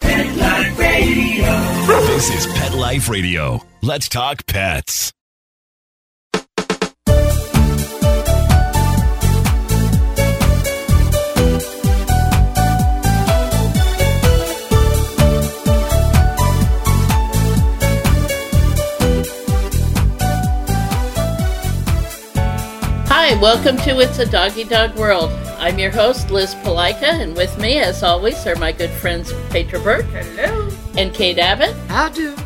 Pet Life Radio. This is Pet Life Radio. Let's talk pets. Hi, welcome to It's a Doggy Dog World. I'm your host, Liz Palaika, and with me, as always, are my good friends Petra Burke Hello. and Kate Abbott. I do.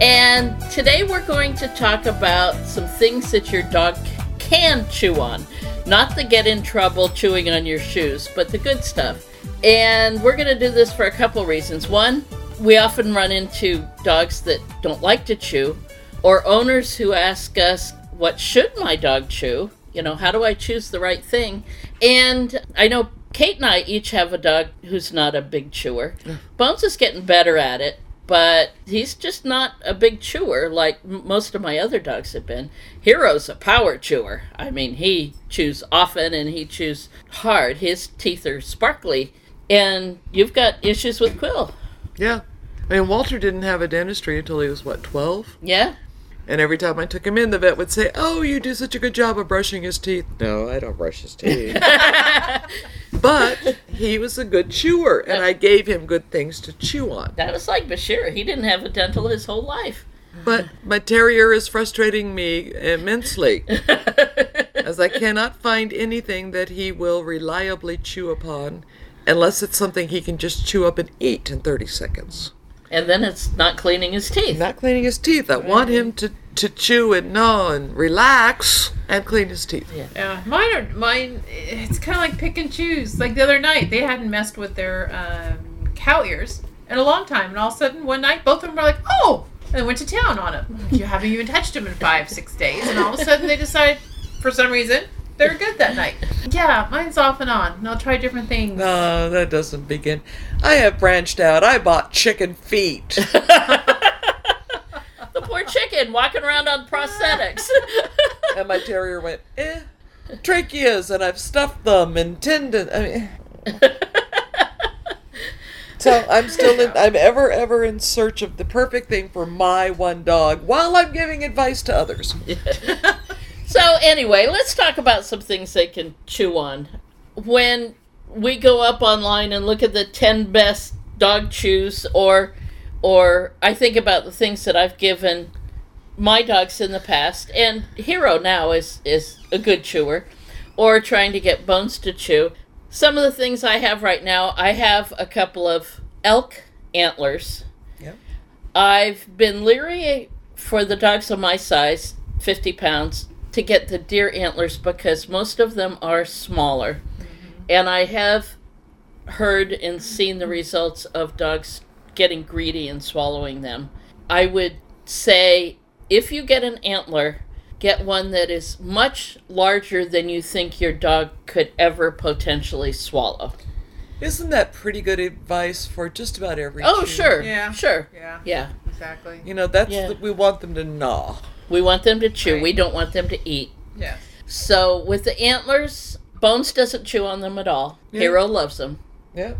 And today we're going to talk about some things that your dog can chew on. Not the get in trouble chewing on your shoes, but the good stuff. And we're going to do this for a couple reasons. One, we often run into dogs that don't like to chew, or owners who ask us, What should my dog chew? You know, how do I choose the right thing? And I know Kate and I each have a dog who's not a big chewer. Bones is getting better at it, but he's just not a big chewer like m- most of my other dogs have been. Hero's a power chewer. I mean, he chews often and he chews hard. His teeth are sparkly. And you've got issues with Quill. Yeah. I mean, Walter didn't have a dentistry until he was, what, 12? Yeah? And every time I took him in, the vet would say, Oh, you do such a good job of brushing his teeth. No, I don't brush his teeth. but he was a good chewer, and I gave him good things to chew on. That was like Bashir. He didn't have a dental his whole life. But my terrier is frustrating me immensely, as I cannot find anything that he will reliably chew upon unless it's something he can just chew up and eat in 30 seconds. And then it's not cleaning his teeth. not cleaning his teeth. I want him to, to chew and gnaw and relax and clean his teeth. Yeah, mine are mine. It's kind of like pick and choose. Like the other night, they hadn't messed with their um, cow ears in a long time, and all of a sudden one night, both of them were like, "Oh!" and they went to town on them. You haven't even touched them in five, six days, and all of a sudden they decide, for some reason, they're good that night. Yeah, mine's off and on, and I'll try different things. No, Oh, that doesn't begin. I have branched out. I bought chicken feet. The poor chicken walking around on prosthetics. and my terrier went, eh, tracheas, and I've stuffed them and tendon. I mean, so I'm still in, I'm ever, ever in search of the perfect thing for my one dog while I'm giving advice to others. So anyway, let's talk about some things they can chew on. When we go up online and look at the 10 best dog chews or or I think about the things that I've given my dogs in the past and Hero now is is a good chewer or trying to get Bones to chew. Some of the things I have right now, I have a couple of elk antlers. Yep. I've been leery for the dogs of my size, 50 pounds, to get the deer antlers because most of them are smaller. Mm-hmm. And I have heard and seen the results of dogs getting greedy and swallowing them. I would say if you get an antler, get one that is much larger than you think your dog could ever potentially swallow. Isn't that pretty good advice for just about every Oh, chew? sure. Yeah. Sure. Yeah, Yeah. exactly. You know, that's Yeah. the, we want them to gnaw. We want them to chew. Right. We don't want them to eat. Yeah. So with the antlers, Bones doesn't chew on them at all. Yeah. Hero loves them. Yeah.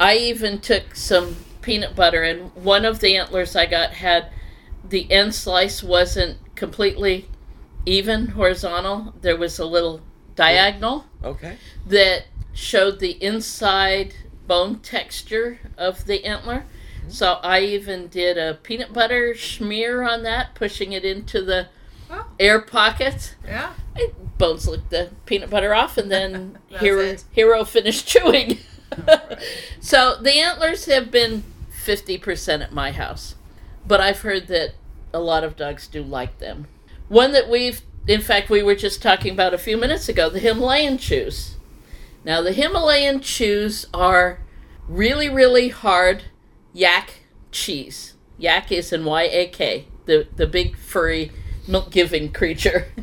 I even took some peanut butter, and one of the antlers I got had the end slice wasn't completely even horizontal. There was a little diagonal Okay. that showed the inside bone texture of the antler. So I even did a peanut butter smear on that, pushing it into the Oh. air pockets. Yeah. I Bones licked the peanut butter off, and then That's Hero, it. Hero finished chewing. so the antlers have been 50% at my house, but I've heard that a lot of dogs do like them. One that we've, in fact, we were just talking about a few minutes ago the Himalayan chews. Now, the Himalayan chews are really, really hard yak cheese. Yak is in Y A K, the, the big furry milk giving creature.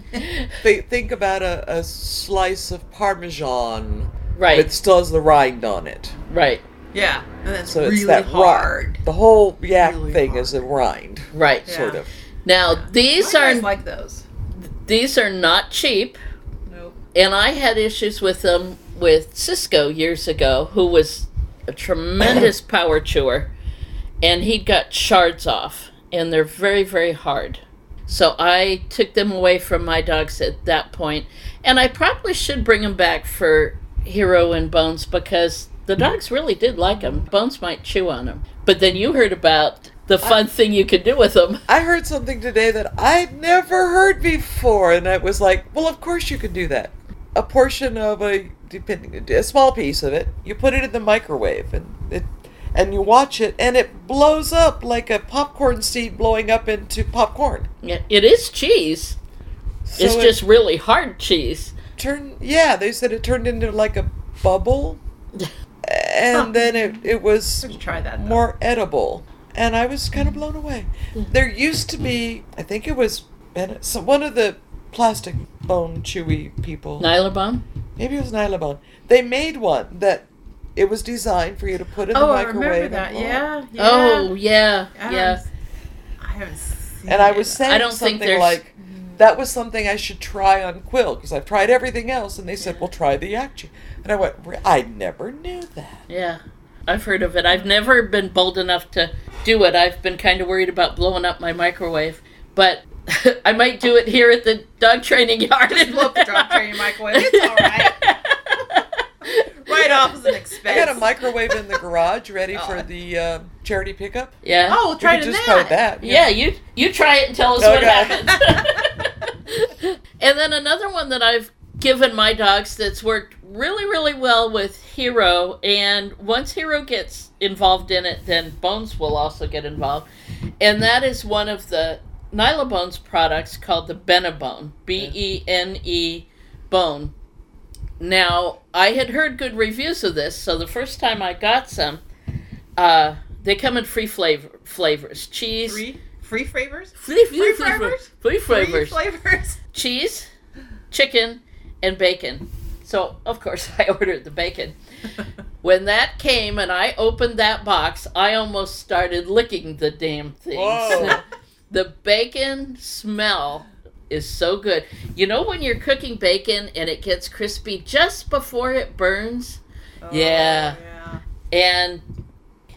They think about a, a slice of parmesan Right, that still has the rind on it. right, Yeah. And that's So it's that rind. The whole yak Really thing hard. is a rind, right. Yeah. sort of. Now these My guys are like those. these are not cheap, Nope. and I had issues with them with Cisco years ago, who was a tremendous power chewer, and he'd got shards off, and they're very, very hard. So I took them away from my dogs at that point, and I probably should bring them back for Hero and Bones because the dogs really did like them. Bones might chew on them. But then you heard about the fun thing you could do with them. I heard something today that I'd never heard before, and I was like, "Well, of course you can do that. A portion of a depending a small piece of it, you put it in the microwave, and it and you watch it, and it blows up like a popcorn seed blowing up into popcorn. Yeah, It is cheese. So it's it just really hard cheese. turned. Yeah, they said it turned into like a bubble, and then it it was Let's try that. Though. more edible. And I was kind of blown away. There used to be, I think it was Bennett, so one of the plastic bone chewy people. Nyla bomb? Maybe it was Nylabone. They made one that it was designed for you to put in Oh, the I microwave. remember and that. blow. Yeah, yeah. Oh, yeah. I haven't Yeah. s- I haven't seen And I it. was saying I don't think something there's- like, that was something I should try on Quill because I've tried everything else, and they said, "Well, try the action." And I went, "Re- "I never knew that." Yeah. I've heard of it. I've never been bold enough to do it. I've been kind of worried about blowing up my microwave, but I might do it here at the dog training yard. blow up the dog training microwave. It's all right. right off as an I expense. got a microwave in the garage ready Oh. for God. the uh, charity pickup. Yeah. Oh, we'll We try could to just that. try that. Yeah, you you try it and tell us what Okay. happens. and then another one that I've given my dogs that's worked really really well with Hero and once Hero gets involved in it then Bones will also get involved. And that is one of the Nyla Bones products called the Benabone. B E N E bone. Now, I had heard good reviews of this, so the first time I got some uh, they come in free flavor flavors: cheese, Free, free flavors? Free, Free flavor- flavors? Free Free flavors. flavors. Cheese, chicken, and bacon. So, of course, I ordered the bacon. When that came and I opened that box, I almost started licking the damn things. Whoa. the bacon smell is so good. You know when you're cooking bacon and it gets crispy just before it burns? Oh, Yeah. yeah. And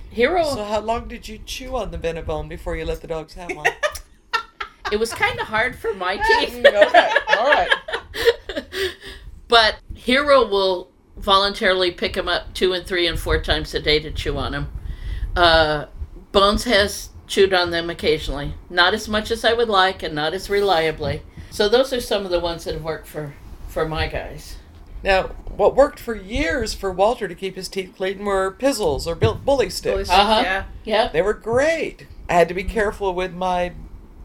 Hero So how long did you chew on the Benabone before you let the dogs have one? It was kind of hard for my teeth. Mm, okay, all right. But Hero will voluntarily pick him up two and three and four times a day to chew on him. Uh, Bones has chewed on them occasionally, not as much as I would like and not as reliably. So those are some of the ones that have worked for for my guys. Now, what worked for years for Walter to keep his teeth clean were pizzles or bull- bully sticks. Uh-huh. Yeah. Yep. They were great. I had to Mm. be careful with my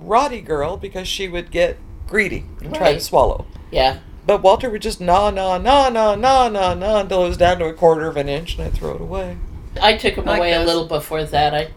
Roddy girl because she would get greedy and try to Right. swallow. Yeah. But Walter would just gnaw, gnaw, gnaw, gnaw, gnaw, gnaw, gnaw until it was down to a quarter of an inch and I'd throw it away. I took them Like away a those. little before that. I,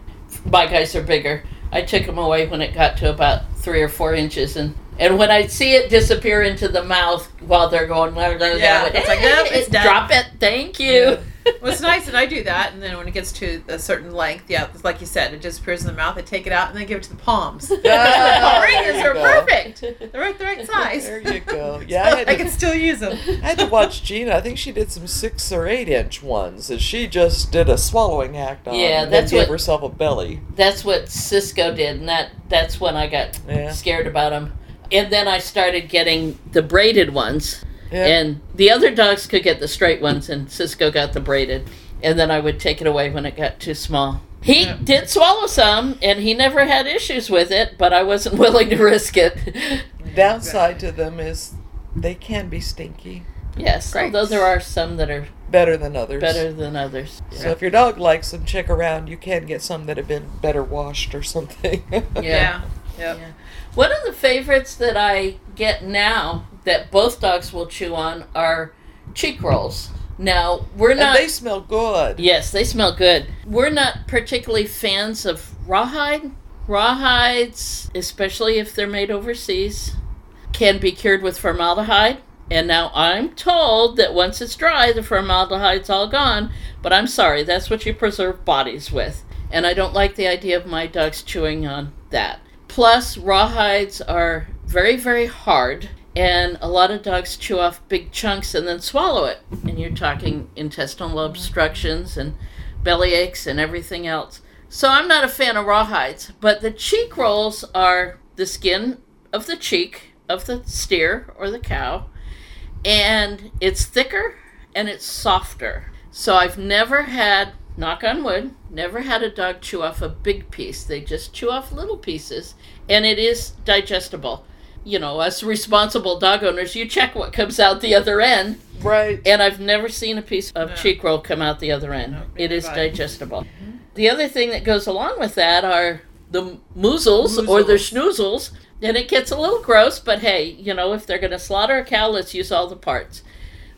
my guys are bigger. I took them away when it got to about three or four inches, and and when I see it disappear into the mouth while they're going, blah, blah, blah, Yeah, I went, it's like, "Eh, nope, it's done." drop it. Thank you. Well, it's nice that I do that, and then when it gets to a certain length, yeah, it's like you said, it disappears in the mouth. I take it out and then give it to the palms. the Ah, fingers there you are go. perfect. They're right the right size. There you go. Yeah, I had, I to, can still use them. I had to watch Gina. I think she did some six or eight inch ones and she just did a swallowing act on Yeah, and then that's gave what- herself a belly. That's what Cisco did, and that that's when I got Yeah. scared about him. And then I started getting the braided ones, Yeah. and the other dogs could get the straight ones, and Cisco got the braided. And then I would take it away when it got too small. He Yeah. did swallow some, and he never had issues with it, but I wasn't willing to risk it. Downside to them is they can be stinky. yes, Great. although there are some that are Better than others. better than others. So if your dog likes them, check around. You can get some that have been better washed or something. Yeah. Yep. Yeah. One of the favorites that I get now that both dogs will chew on are cheek rolls. Now, we're and not. they smell good. yes, they smell good. We're not particularly fans of rawhide. Rawhides, especially if they're made overseas, can be cured with formaldehyde. And now I'm told that once it's dry, the formaldehyde's all gone. But I'm sorry, that's what you preserve bodies with. And I don't like the idea of my dogs chewing on that. Plus, rawhides are very, very hard. And a lot of dogs chew off big chunks and then swallow it. And you're talking intestinal obstructions and belly aches and everything else. So I'm not a fan of rawhides, but the cheek rolls are the skin of the cheek of the steer or the cow, and it's thicker and it's softer. So I've never had, knock on wood, never had a dog chew off a big piece. They just chew off little pieces, and it is digestible. You know, as responsible dog owners, you check what comes out the other end. Right. And I've never seen a piece of No. cheek roll come out the other end. me it is neither. digestible. The other thing that goes along with that are the moozles or the schnoozles. And it gets a little gross, but hey, you know, if they're going to slaughter a cow, let's use all the parts.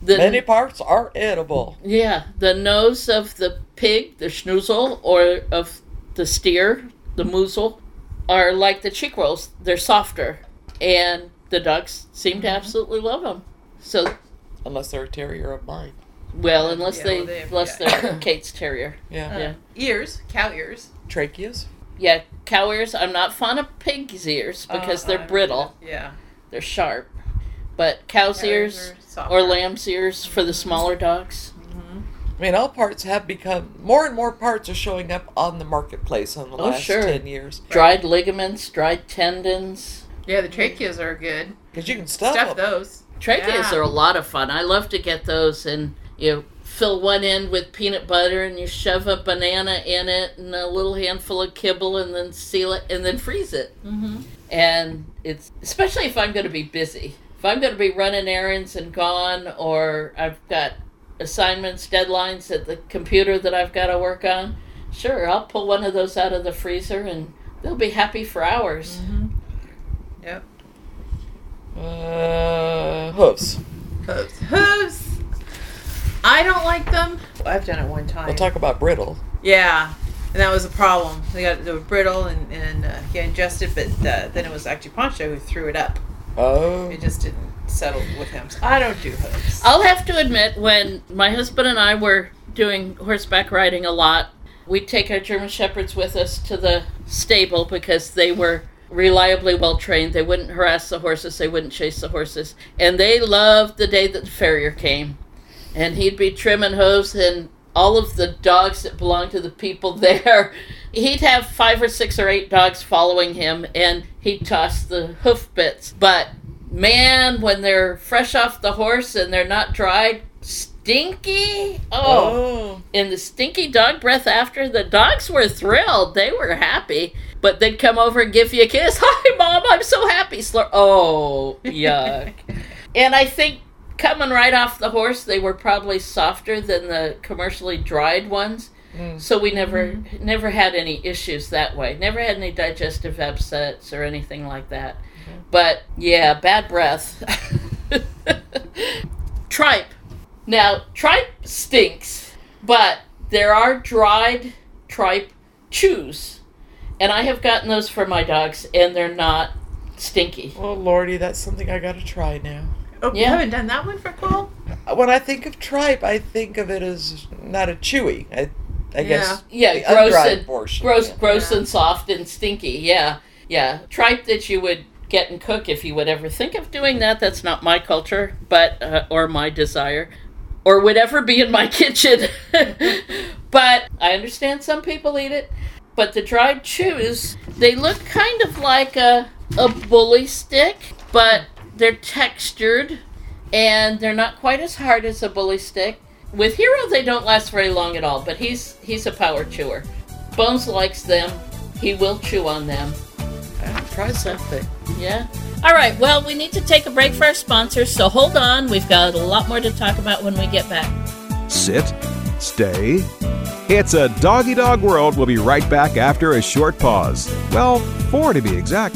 The, Many parts are edible. yeah, the nose of the pig, the schnoozle, or of the steer, the moozle, are like the cheek rolls. They're softer. And the dogs seem Mm-hmm. to absolutely love them. So Unless they're a terrier of mine. Well, unless Yeah, they, well, they- unless yeah. they're Kate's terrier. Yeah. Yeah. Uh, Ears, cow ears. Tracheas? Yeah, cow ears. I'm not fond of pig's ears because Uh, they're I'm- brittle, Yeah. they're sharp. But cow's Cow ears are softer. or lamb's ears for the smaller Mm-hmm. dogs. I mean, all parts have become, more and more parts are showing up on the marketplace in the Oh, last sure. 10 years. Dried ligaments, dried tendons. Yeah, the tracheas are good. Because you can stuff, Stuff them. those. Tracheas Yeah. are a lot of fun. I love to get those and you fill one end with peanut butter and you shove a banana in it and a little handful of kibble and then seal it and then freeze it. Mm-hmm. and it's especially if I'm going to be busy. If I'm going to be running errands and gone, or I've got assignments, deadlines at the computer that I've got to work on, sure, I'll pull one of those out of the freezer and they'll be happy for hours. Yep. Uh, hooves. Hooves. Hooves. I don't like them. Well, I've done it one time. We'll talk about brittle. Yeah, and that was a problem. They got they were brittle and and uh, he ingested, but uh, then it was acupuncture who threw it up. Oh. It just didn't settle with him. So I don't do hooves. I'll have to admit, when my husband and I were doing horseback riding a lot, we'd take our German Shepherds with us to the stable because they were reliably well trained. They wouldn't harass the horses, they wouldn't chase the horses. And they loved the day that the farrier came. And he'd be trimming hooves, and all of the dogs that belonged to the people there, he'd have five or six or eight dogs following him, and he'd toss the hoof bits. But man, when they're fresh off the horse and they're not dried, stinky. Oh, Oh. and the stinky dog breath after the dogs were thrilled. They were happy, but they'd come over and give you a kiss. Hi, mom, I'm so happy. Slur- oh, yuck. and I think coming right off the horse, they were probably softer than the commercially dried ones. Mm. So we never never had any issues that way. Never had any digestive upsets or anything like that. But yeah, bad breath. tripe. Now, tripe stinks, but there are dried tripe chews. And I have gotten those for my dogs and they're not stinky. Oh, Lordy, that's something I got to try now. oh, you yeah. haven't done that one for Cole. When I think of tripe, I think of it as not a chewy. I, I guess. Yeah, the gross undried and portion. gross, Yeah. gross Yeah. and soft and stinky. Yeah, yeah. Tripe that you would get and cook if you would ever think of doing that. That's not my culture, but uh, or my desire, or would ever be in my kitchen. but I understand some people eat it. But the dried chews, they look kind of like a a bully stick, but they're textured and they're not quite as hard as a bully stick. With Hero, they don't last very long at all, but he's he's a power chewer. Bones likes them. He will chew on them. I'll try something. Yeah. All right. Well, we need to take a break for our sponsors, so hold on. We've got a lot more to talk about when we get back. Sit, stay. It's a doggy dog world. We'll be right back after a short pause. Well, four to be exact.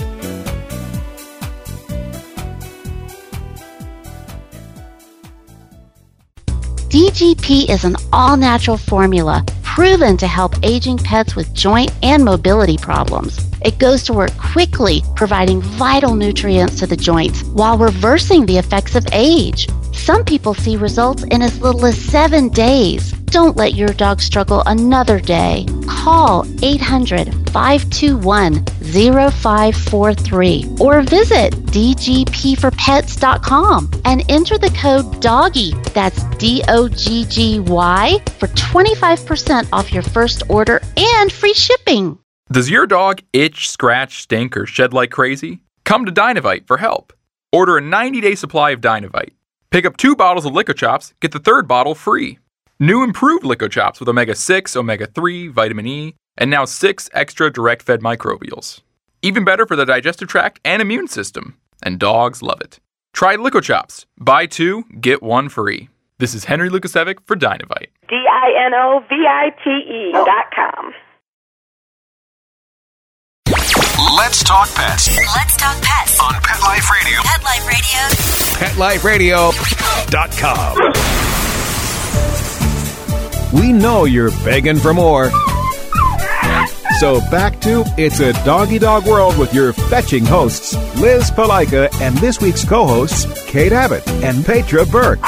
DGP is an all natural formula proven to help aging pets with joint and mobility problems. It goes to work quickly, providing vital nutrients to the joints while reversing the effects of age. Some people see results in as little as seven days. Don't let your dog struggle another day. Call 800 521 0543 or visit dgpforpets.com and enter the code DOGGY, that's D O G G Y, for 25% off your first order and free shipping. Does your dog itch, scratch, stink, or shed like crazy? Come to Dynavite for help. Order a 90 day supply of Dynavite. Pick up two bottles of Lico Chops, get the third bottle free. New improved Lico Chops with omega 6, omega 3, vitamin E, and now six extra direct fed microbials. Even better for the digestive tract and immune system. And dogs love it. Try Lico Chops. Buy two, get one free. This is Henry Lukasevic for Dynavite. D I N O V I T E dot com. Let's talk pets Let's Talk Pets. on Pet Life Radio. Pet Life Radio. PetLifeRadio.com. We know you're begging for more. So back to It's a Doggy Dog World with your fetching hosts, Liz Palaika and this week's co hosts, Kate Abbott and Petra Burke.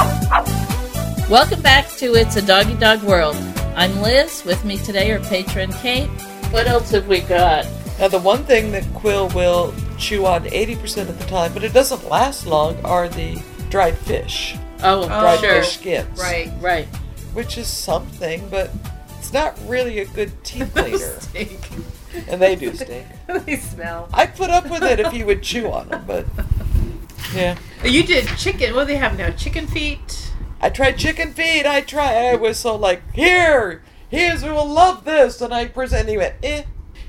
Welcome back to It's a Doggy Dog World. I'm Liz. With me today are Petra and Kate. What else have we got? Now, the one thing that Quill will chew on 80% of the time, but it doesn't last long, are the dried fish, Oh, dried sure. fish skins. Right. Right. Which is something, but it's not really a good teeth cleaner. Stink. and they do stink. they smell. I'd put up with it if you would chew on them, but yeah. You did chicken. What do they have now? Chicken feet. I tried chicken feet. I tried. I was so like, here, here's we will love this, and I present. He went, eh,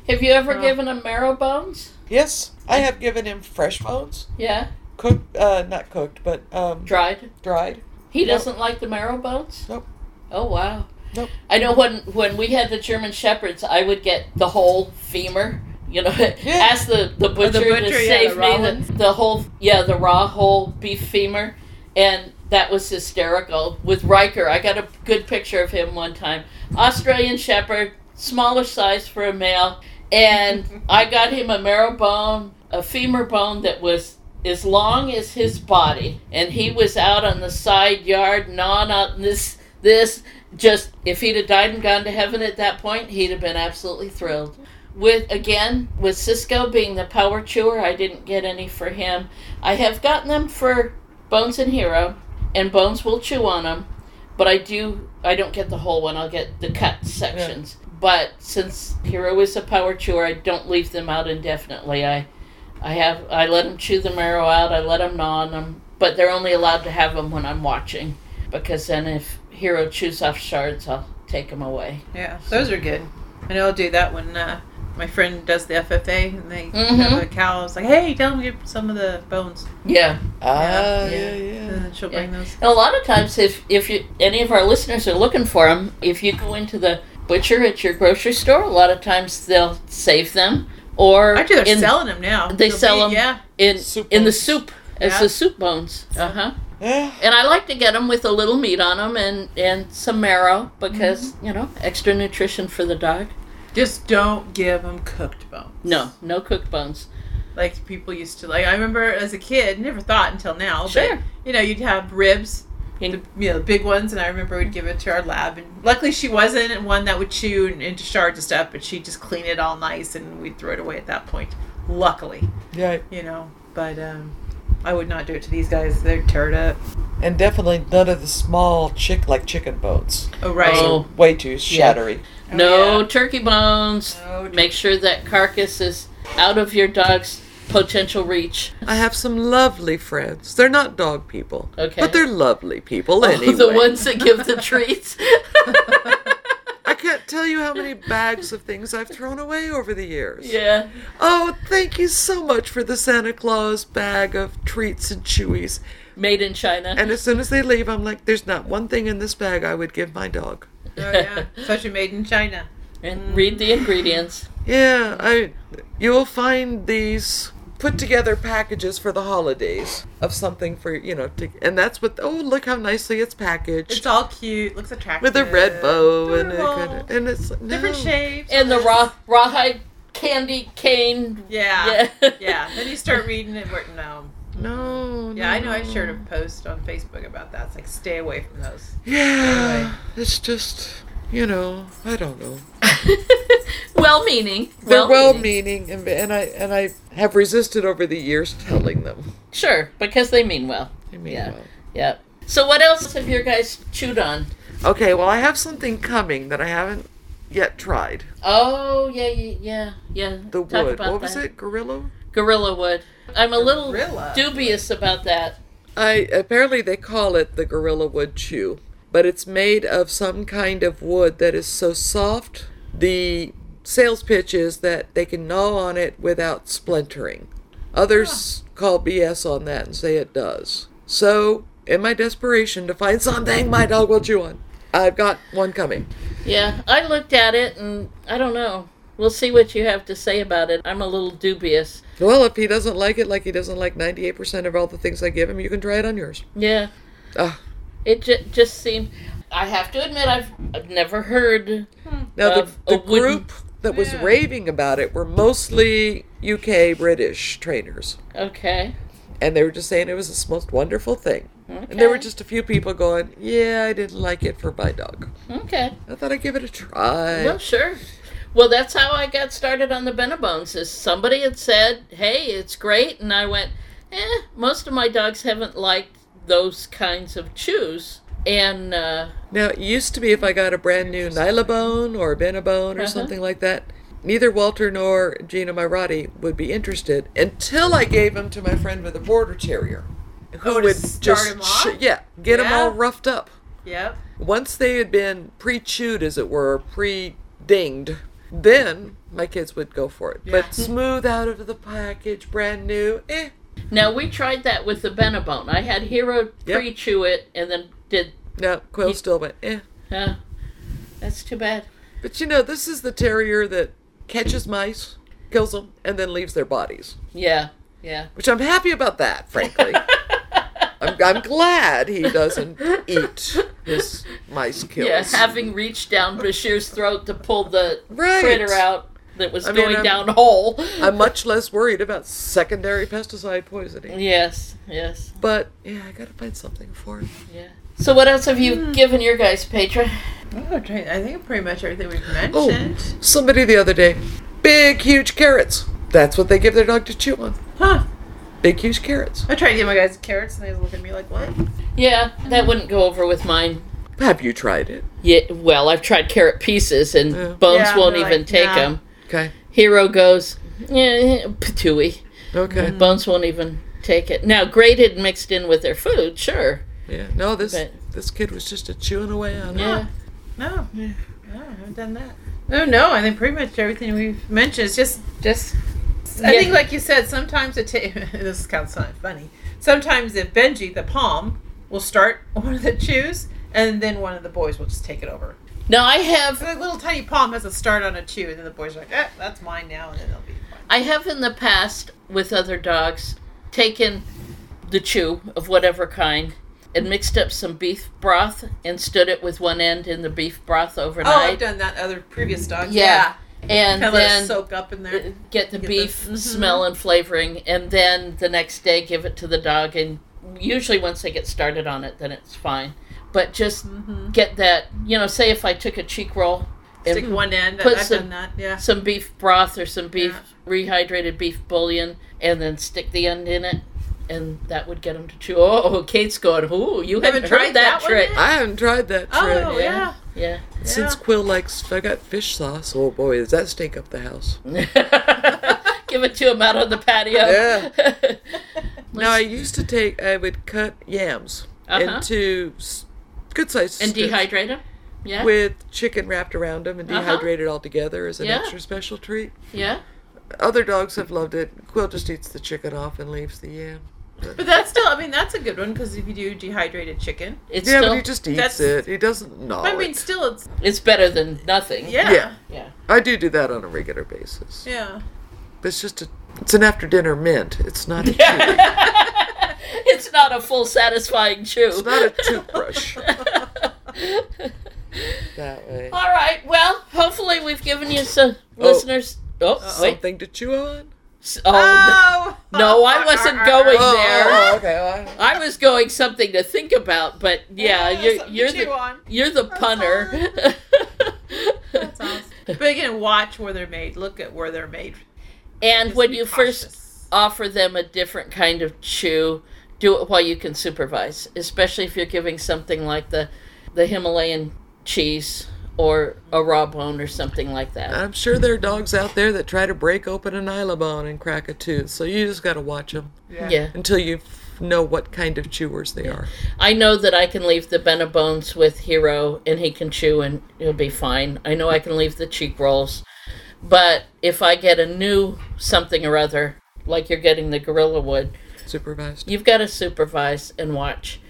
Have you ever given him marrow bones? yes. I have given him fresh bones, Yeah. cooked, uh, not cooked, but um, Dried. dried. He doesn't like the marrow bones? Nope. Oh wow. Nope. I know when when we had the German shepherds, I would get the whole femur. You know, ask the the butcher, to butcher, yeah, save the raw me the, the whole yeah the raw whole beef femur, and that was hysterical. With Riker, I got a good picture of him one time. Australian shepherd, smaller size for a male, and I got him a marrow bone, a femur bone that was as long as his body, and he was out on the side yard gnawing out this this just if he'd have died and gone to heaven at that point, he'd have been absolutely thrilled. With again, with Cisco being the power chewer, I didn't get any for him. I have gotten them for Bones and Hero, and Bones will chew on them, but I do I don't get the whole one. I'll get the cut sections. But since Hero is a power chewer, I don't leave them out indefinitely. I I have I let them chew the marrow out. I let them gnaw on them, but they're only allowed to have them when I'm watching, because then if Hero chews off shards, I'll take them away. Yeah, those are good. I know I'll do that when uh, my friend does the FFA and they Mhm. have a cow. It's like, hey, tell him to get some of the bones. Oh, Yeah, Ah, Yeah, yeah, yeah. And then she'll bring those. and a lot of times, if if you, any of our listeners are looking for them, if you go into the butcher at your grocery store, a lot of times they'll save them, or Actually, they're in, selling them now. they They'll sell be- 'em. Yeah. in Soup in the bones. soup as Yeah. the soup bones. Uh huh. Yeah. And I like to get them with a little meat on them and, and some marrow because, Mm-hmm. you know, extra nutrition for the dog. Just don't give them cooked bones. No, no cooked bones. Like people used to. Like I remember as a kid, never thought until now. Sure. But, you know, you'd have ribs. And- The, you know, the big ones, and I remember we'd give it to our lab. And luckily, she wasn't one that would chew and, into shards and stuff, but she'd just clean it all nice, and we'd throw it away at that point. Luckily. Yeah, you know. But um, I would not do it to these guys. They're teared up. and definitely none of the small chick like chicken bones. Oh right. Oh. Way too shattery. no yeah. turkey bones. No turkey- Make sure that carcass is out of your dog's potential reach. I have some lovely friends. They're not dog people, Okay. Oh, but they're lovely people anyway. The ones that give the treats. I can't tell you how many bags of things I've thrown away over the years. yeah. Oh, thank you so much for the Santa Claus bag of treats and chewies. Made in China. And as soon as they leave, I'm like, there's not one thing in this bag I would give my dog. Oh, yeah. Especially made in China. and read the ingredients. Yeah, I. You will find these put together packages for the holidays of something for you know, to, and that's what. Oh, look how nicely it's packaged It's all cute. Looks attractive. with a red bow and a Adorable. good, and it's different no. shapes. And the raw rawhide candy cane. Yeah. Yeah. Yeah. Then you start reading it. Where, no. No. Yeah, I know. I no. shared a post on Facebook about that. It's like, stay away from those. Yeah, it's just you know I don't know. Well-meaning. They're well-meaning, and, and I and I have resisted over the years telling them. Sure, because they mean well. I mean, yeah. well. Yep. So what else have your guys chewed on? Okay, well I have something coming that I haven't yet tried. Oh yeah, yeah, yeah. yeah. The Talk wood. about What was that. it? Gorilla. Gorilla wood. I'm a little Gorilla dubious about that. I apparently they call it the gorilla wood chew, but it's made of some kind of wood that is so soft. The sales pitch is that they can gnaw on it without splintering. Others call BS on that and say it does. So, in my desperation to find something my dog will chew on, I've got one coming. Yeah, I looked at it and I don't know. We'll see what you have to say about it. I'm a little dubious. Well, if he doesn't like it, like he doesn't like 98% of all the things I give him, you can try it on yours. Yeah. Ah. It ju- just seemed. I have to admit, I've, I've never heard. Now, the, of the a wooden- group that was raving about it were mostly UK British trainers. Okay. And they were just saying it was this most wonderful thing. And there were Okay. just a few people going, Yeah, I didn't like it for my dog. Okay. I thought I'd give it a try. Well, sure. Well, that's how I got started on the Benabones. Is somebody had said, "Hey, it's great," and I went, "Eh." Most of my dogs haven't liked those kinds of chews, and uh, Now, it used to be if I got a brand new Nylabone or a Benabone or Uh-huh. something like that, neither Walter nor Gina Myrati would be interested until I gave them to my friend with a border terrier. Who Oh, to start 'em sh- off? yeah, get them Yeah. all roughed up. Yep. Once they had been pre chewed, as it were, pre dinged, then my kids would go for it. But smooth out of the package, brand new, eh. now we tried that with the Benabone. I had Hero Yep. pre-chew it, and then did. No, Quill still went, eh. Uh, that's too bad. But you know, this is the terrier that catches mice, kills them, and then leaves their bodies. Yeah, yeah. Which I'm happy about that, frankly. I'm, I'm glad he doesn't eat his mice kills. Yeah, having reached down Bashir's throat to pull the Right. critter out that was I mean, going I'm- down whole. I'm much less worried about secondary pesticide poisoning. yes, yes, But yeah, I gotta find something for him. yeah. So what else have Hmm. you given your guys, Petra? Oh, I think pretty much everything we've mentioned. Somebody the other day, big, huge carrots. That's what they give their dog to chew on. Huh. Big, huge carrots. I tried to give my guys carrots, and they look at me like, "What?" Yeah, Hmm. that wouldn't go over with mine. Have you tried it? Yeah, well, I've tried carrot pieces and Yeah. Bones Yeah, won't they're even like, take nah. them. Okay. Hero goes, yeah, patooey. Okay. Bones won't even take it. Now, grated mixed in with their food, sure. Yeah. No, this But- this kid was just a chewing away on it. Oh, Yeah. No. No, I haven't done that. Oh no, I think pretty much everything we've mentioned is just just. I Yeah. think, like you said, sometimes it. Ta- this kind of sounds funny. Sometimes if Benji, the palm, will start one of the chews, and then one of the boys will just take it over. Now, I have So the little tiny palm has a start on a chew, and then the boys are like, eh, "That's mine now," and then they'll be. fine. I have in the past with other dogs taken the chew of whatever kind and mixed up some beef broth and stood it with one end in the beef broth Oh, I've overnight. done that other previous dogs. yeah. And kind of let it then soak up in there. get the Get the- beef Mhm. smell and flavoring and then the next day give it to the dog and usually once they get started on it then it's fine. But just get that, you know, say if I took a cheek roll and Mm-hmm. Stick one end. put I've some- done that. Yeah. some beef broth or some beef rehydrated beef bouillon and then stick the end in it and that would get them to chew oh kate's going ooh you haven't, tried that, one trick yet? I haven't tried that trick. Oh yeah. yeah Since yeah. Quill likes, I got fish sauce. Oh boy, does that stink up the house. Mm. give it to him out on the patio Yeah. Now I used to take, I would cut yams Uh-huh. into s- good sized and dehydrate him yeah with chicken wrapped around them and Uh-huh. dehydrated all together as an Yeah. extra special treat. yeah Other dogs have loved it. Quill just eats the chicken off and leaves the yam. But that's still, I mean, that's a good one because if you do dehydrated chicken, it's Yeah, still but he just eats that's- it. He doesn't gnaw I mean, it. still, it's it's better than nothing Yeah. yeah, yeah. yeah I do do that on a regular basis. But it's just a, it's an after dinner mint. It's not a, chew. it's not a full satisfying chew it's not a toothbrush. that way. all right well hopefully we've given you some listeners oh wait Something to chew on. S- Ah! Oh, no, no, I wasn't going Oh, there. oh, okay. well, I was going something to think about, but yeah, Yeah, you're something you're to chew the on. you're the punter. That's awesome. But again, watch where they're made. Look at where they're made. and Just when be you first cautious. offer them a different kind of chew, do it while you can supervise, especially if you're giving something like the the Himalayan cheese or a raw bone or something like that. I'm sure there are dogs out there that try to break open an isla bone and crack a tooth, so you just got to watch them yeah. until you f- know what kind of chewers they are. I know that I can leave the Benabones with Hero and he can chew and he'll be fine. I know I can leave the cheek rolls. But if I get a new something or other, like you're getting the Gorilla Wood, Supervised. you've got to supervise and watch.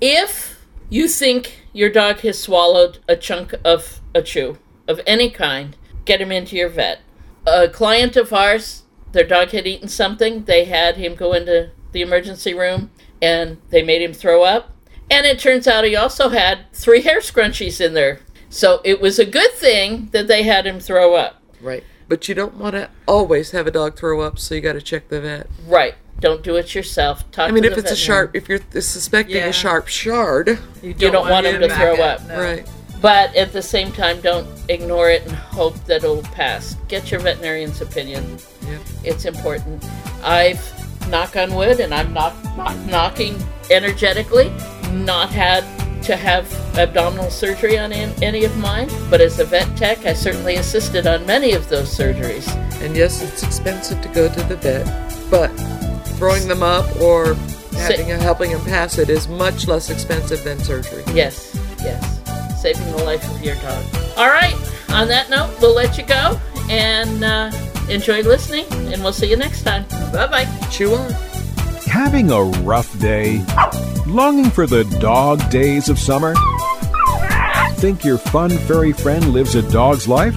If you think your dog has swallowed a chunk of a chew of any kind, get him into your vet. A client of ours, their dog had eaten something. They had him go into the emergency room and they made him throw up. And it turns out he also had three hair scrunchies in there. So it was a good thing that they had him throw up. Right. But you don't want to always have a dog throw up, so you got to check the vet. Right. Don't do it yourself. Talk I mean, to if the it's a veterinarian. sharp, if you're suspecting Yeah. a sharp shard, you don't want him to back throw up, up. no. right? But at the same time, don't ignore it and hope that it'll pass. Get your veterinarian's opinion. Yeah. It's important. I've, knock on wood, and I'm knock, knock, knocking energetically, not had to have abdominal surgery on an- any of mine. But as a vet tech, I certainly assisted on many of those surgeries. And yes, it's expensive to go to the vet, but throwing them up or having a, helping them pass it is much less expensive than surgery. Yes, yes. Saving the life of your dog. All right. On that note, we'll let you go and uh, enjoy listening, and we'll see you next time. Bye bye. Chew on. Having a rough day? Longing for the dog days of summer? Think your fun furry friend lives a dog's life?